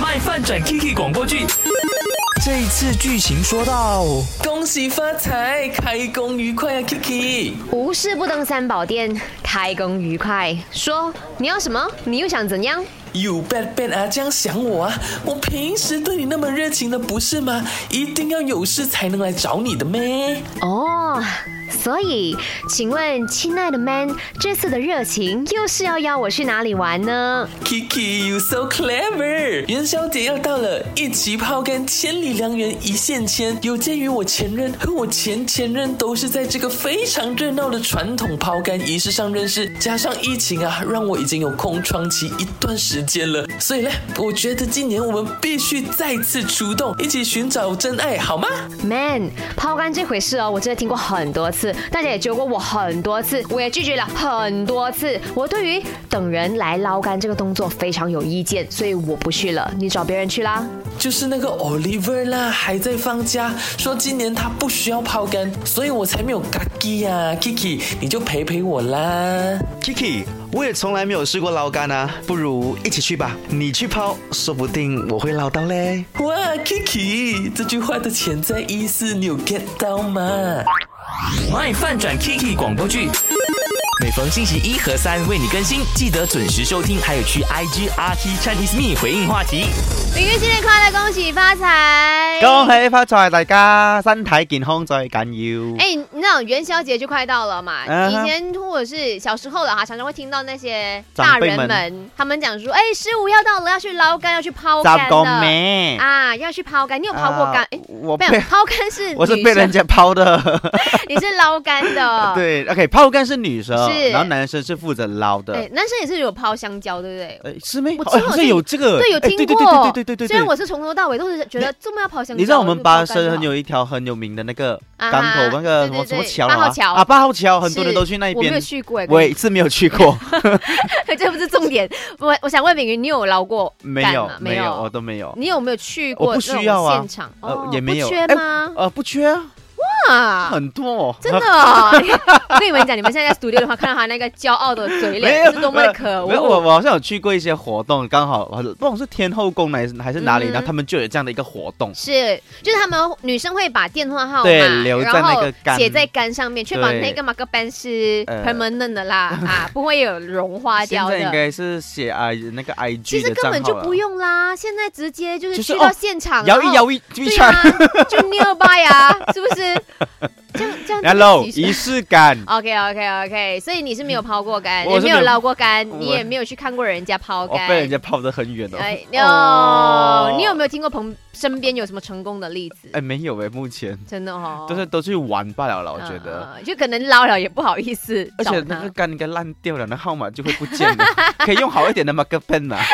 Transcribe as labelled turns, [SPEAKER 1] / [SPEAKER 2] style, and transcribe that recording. [SPEAKER 1] 卖饭转 Kiki 广播剧。
[SPEAKER 2] 这一次剧情说到，
[SPEAKER 1] 恭喜发财，开工愉快啊，Kiki！
[SPEAKER 3] 无事不登三宝殿，开工愉快。说你要什么？你又想怎样？
[SPEAKER 1] 有 bad bad 啊，这样想我啊！我平时对你那么热情的，不是吗？一定要有事才能来找你的咩？
[SPEAKER 3] 哦，所以，请问亲爱的 man，这次的热情又是要邀我去哪里玩呢？
[SPEAKER 1] Kiki, you so clever！元宵节要到了，一起抛竿千里良缘一线牵。有鉴于我前任和我前前任都是在这个非常热闹的传统抛竿仪式上认识，加上疫情啊，让我已经有空窗期一段时间了。所以呢，我觉得今年我们必须再次出动，一起寻找真爱，好吗？
[SPEAKER 3] Man，抛竿这回事哦，我真的听过很多次，大家也揪过我很多次，我也拒绝了很多次。我对于等人来捞竿这个动作非常有意见，所以我不去了，你找别人去啦。
[SPEAKER 1] 就是那个 Oliver 啦，还在放假，说今年他不需要抛竿，所以我才没有嘎叽呀。Kiki，你就陪陪我啦。
[SPEAKER 2] Kiki，我也从来没有试过捞竿啊，不如一起去吧，你去抛，说不定我会捞到嘞。
[SPEAKER 1] 哇，Kiki，这句话的潜在意思你有 get 到吗？
[SPEAKER 4] My 饭转 Kiki 广播剧，每逢星期一和三为你更新，记得准时收听，还有去 IG RT Chinese Me 回应话题。
[SPEAKER 3] 明月新年快乐，恭喜发财！
[SPEAKER 5] 恭喜发财，大家身体健康最緊要。
[SPEAKER 3] 哎，你知道元宵节就快到了嘛？
[SPEAKER 5] 嗯
[SPEAKER 3] 以
[SPEAKER 5] 哼
[SPEAKER 3] 前或者是小时候了哈，常常会听到那些大
[SPEAKER 5] 长辈
[SPEAKER 3] 人
[SPEAKER 5] 们
[SPEAKER 3] 们，他们讲说，哎，十五要到了，要去捞竿，要去抛竿
[SPEAKER 5] 十個
[SPEAKER 3] 的
[SPEAKER 5] 咩？
[SPEAKER 3] 啊，要去抛竿。你有抛过竿？
[SPEAKER 5] 啊
[SPEAKER 3] 哎，
[SPEAKER 5] 我
[SPEAKER 3] 没
[SPEAKER 5] 被
[SPEAKER 3] 有， 抛竿是
[SPEAKER 5] 我是
[SPEAKER 3] 女
[SPEAKER 5] 被
[SPEAKER 3] 生
[SPEAKER 5] 人家抛的。
[SPEAKER 3] 你是捞竿的，。
[SPEAKER 5] 对，OK，抛竿是女生
[SPEAKER 3] 是，
[SPEAKER 5] 然后男生是负责捞的。
[SPEAKER 3] 哎，男生也是有抛香蕉，对不对？
[SPEAKER 5] 哎，是咩？
[SPEAKER 3] 我
[SPEAKER 5] 好
[SPEAKER 3] 记得
[SPEAKER 5] 好
[SPEAKER 3] 我
[SPEAKER 5] 像
[SPEAKER 3] 听
[SPEAKER 5] 有这个，
[SPEAKER 3] 对，有
[SPEAKER 5] 哎
[SPEAKER 3] 听过。
[SPEAKER 5] 对对对对对对对。
[SPEAKER 3] 虽然我是从头到尾都是觉得这么要抛香蕉，
[SPEAKER 5] 你知道我们巴生很
[SPEAKER 3] 就
[SPEAKER 5] 有一条很有名的那个
[SPEAKER 3] 啊
[SPEAKER 5] 港口那个什么
[SPEAKER 3] 对对
[SPEAKER 5] 什么
[SPEAKER 3] 对
[SPEAKER 5] 桥
[SPEAKER 3] 八
[SPEAKER 5] 啊
[SPEAKER 3] 号桥
[SPEAKER 5] 啊八号桥，
[SPEAKER 3] 抛
[SPEAKER 5] 很多人
[SPEAKER 3] 是
[SPEAKER 5] 都去那
[SPEAKER 3] 我没有
[SPEAKER 5] 边。
[SPEAKER 3] 去过，哎
[SPEAKER 5] 我一次没有去过，
[SPEAKER 3] 这不是重点。我我想问敏云，你有捞过
[SPEAKER 5] 没
[SPEAKER 3] 竿
[SPEAKER 5] 有
[SPEAKER 3] 吗
[SPEAKER 5] 没
[SPEAKER 3] 没
[SPEAKER 5] 有，哦我都没有。
[SPEAKER 3] 你有没有去过
[SPEAKER 5] 我不
[SPEAKER 3] 那种
[SPEAKER 5] 需要啊
[SPEAKER 3] 现场？
[SPEAKER 5] 呃
[SPEAKER 3] 哦
[SPEAKER 5] 也没有
[SPEAKER 3] 不缺
[SPEAKER 5] 哎
[SPEAKER 3] 吗？
[SPEAKER 5] 呃，不缺啊，
[SPEAKER 3] 啊，
[SPEAKER 5] 很多哦。
[SPEAKER 3] 真的 哦！我跟你们讲，你们现在在 studio 的话，看到他那个骄傲的嘴
[SPEAKER 5] 没
[SPEAKER 3] 脸，
[SPEAKER 5] 有
[SPEAKER 3] 是多么的可
[SPEAKER 5] 没有，我
[SPEAKER 3] 恶。
[SPEAKER 5] 我好像有去过一些活动，刚好不知道是天后宫还是还是哪里，
[SPEAKER 3] 嗯
[SPEAKER 5] 然后他们就有这样的一个活动。
[SPEAKER 3] 是，就是他们女生会把电话号码，
[SPEAKER 5] 对留在
[SPEAKER 3] 然后
[SPEAKER 5] 那个杆
[SPEAKER 3] 写在杆上面，确保
[SPEAKER 5] 对
[SPEAKER 3] 那个马克班是
[SPEAKER 5] 呃
[SPEAKER 3] permanent 的 啦，啊，不会有融化
[SPEAKER 5] 现
[SPEAKER 3] 掉
[SPEAKER 5] 在应
[SPEAKER 3] 的。
[SPEAKER 5] 该是写啊那个 IG
[SPEAKER 3] 其实
[SPEAKER 5] 的账
[SPEAKER 3] 根
[SPEAKER 5] 号
[SPEAKER 3] 本就
[SPEAKER 5] 了
[SPEAKER 3] 不用啦，现在直接就是
[SPEAKER 5] 就是
[SPEAKER 3] 去到
[SPEAKER 5] 哦
[SPEAKER 3] 现场，
[SPEAKER 5] 摇一
[SPEAKER 3] 然后
[SPEAKER 5] 摇一一
[SPEAKER 3] 对
[SPEAKER 5] 圈
[SPEAKER 3] 啊，就 nearby 啊，是不是？这样这样就
[SPEAKER 5] ，Hello，
[SPEAKER 3] 几十
[SPEAKER 5] 仪式感。
[SPEAKER 3] OK OK OK，所以你是没有抛过竿，
[SPEAKER 5] 我
[SPEAKER 3] 也
[SPEAKER 5] 是
[SPEAKER 3] 没
[SPEAKER 5] 没
[SPEAKER 3] 有
[SPEAKER 5] 有
[SPEAKER 3] 捞过竿，
[SPEAKER 5] 我
[SPEAKER 3] 你也没有去看过人家抛
[SPEAKER 5] 我
[SPEAKER 3] 竿。
[SPEAKER 5] 被人家抛得很远哦。
[SPEAKER 3] 哎哟、
[SPEAKER 5] 哦
[SPEAKER 3] 你有没有听过朋身边有什么成功的例子？
[SPEAKER 5] 哎，没有哎，目前
[SPEAKER 3] 真的哦，
[SPEAKER 5] 都是都去玩罢了了，我觉得。
[SPEAKER 3] 嗯、就啊可能捞了也不好意思
[SPEAKER 5] 而
[SPEAKER 3] 找
[SPEAKER 5] 且
[SPEAKER 3] 他
[SPEAKER 5] 那个杆应该烂掉了，那号码就会不见了。可以用好一点的 marker pen 啊嘛。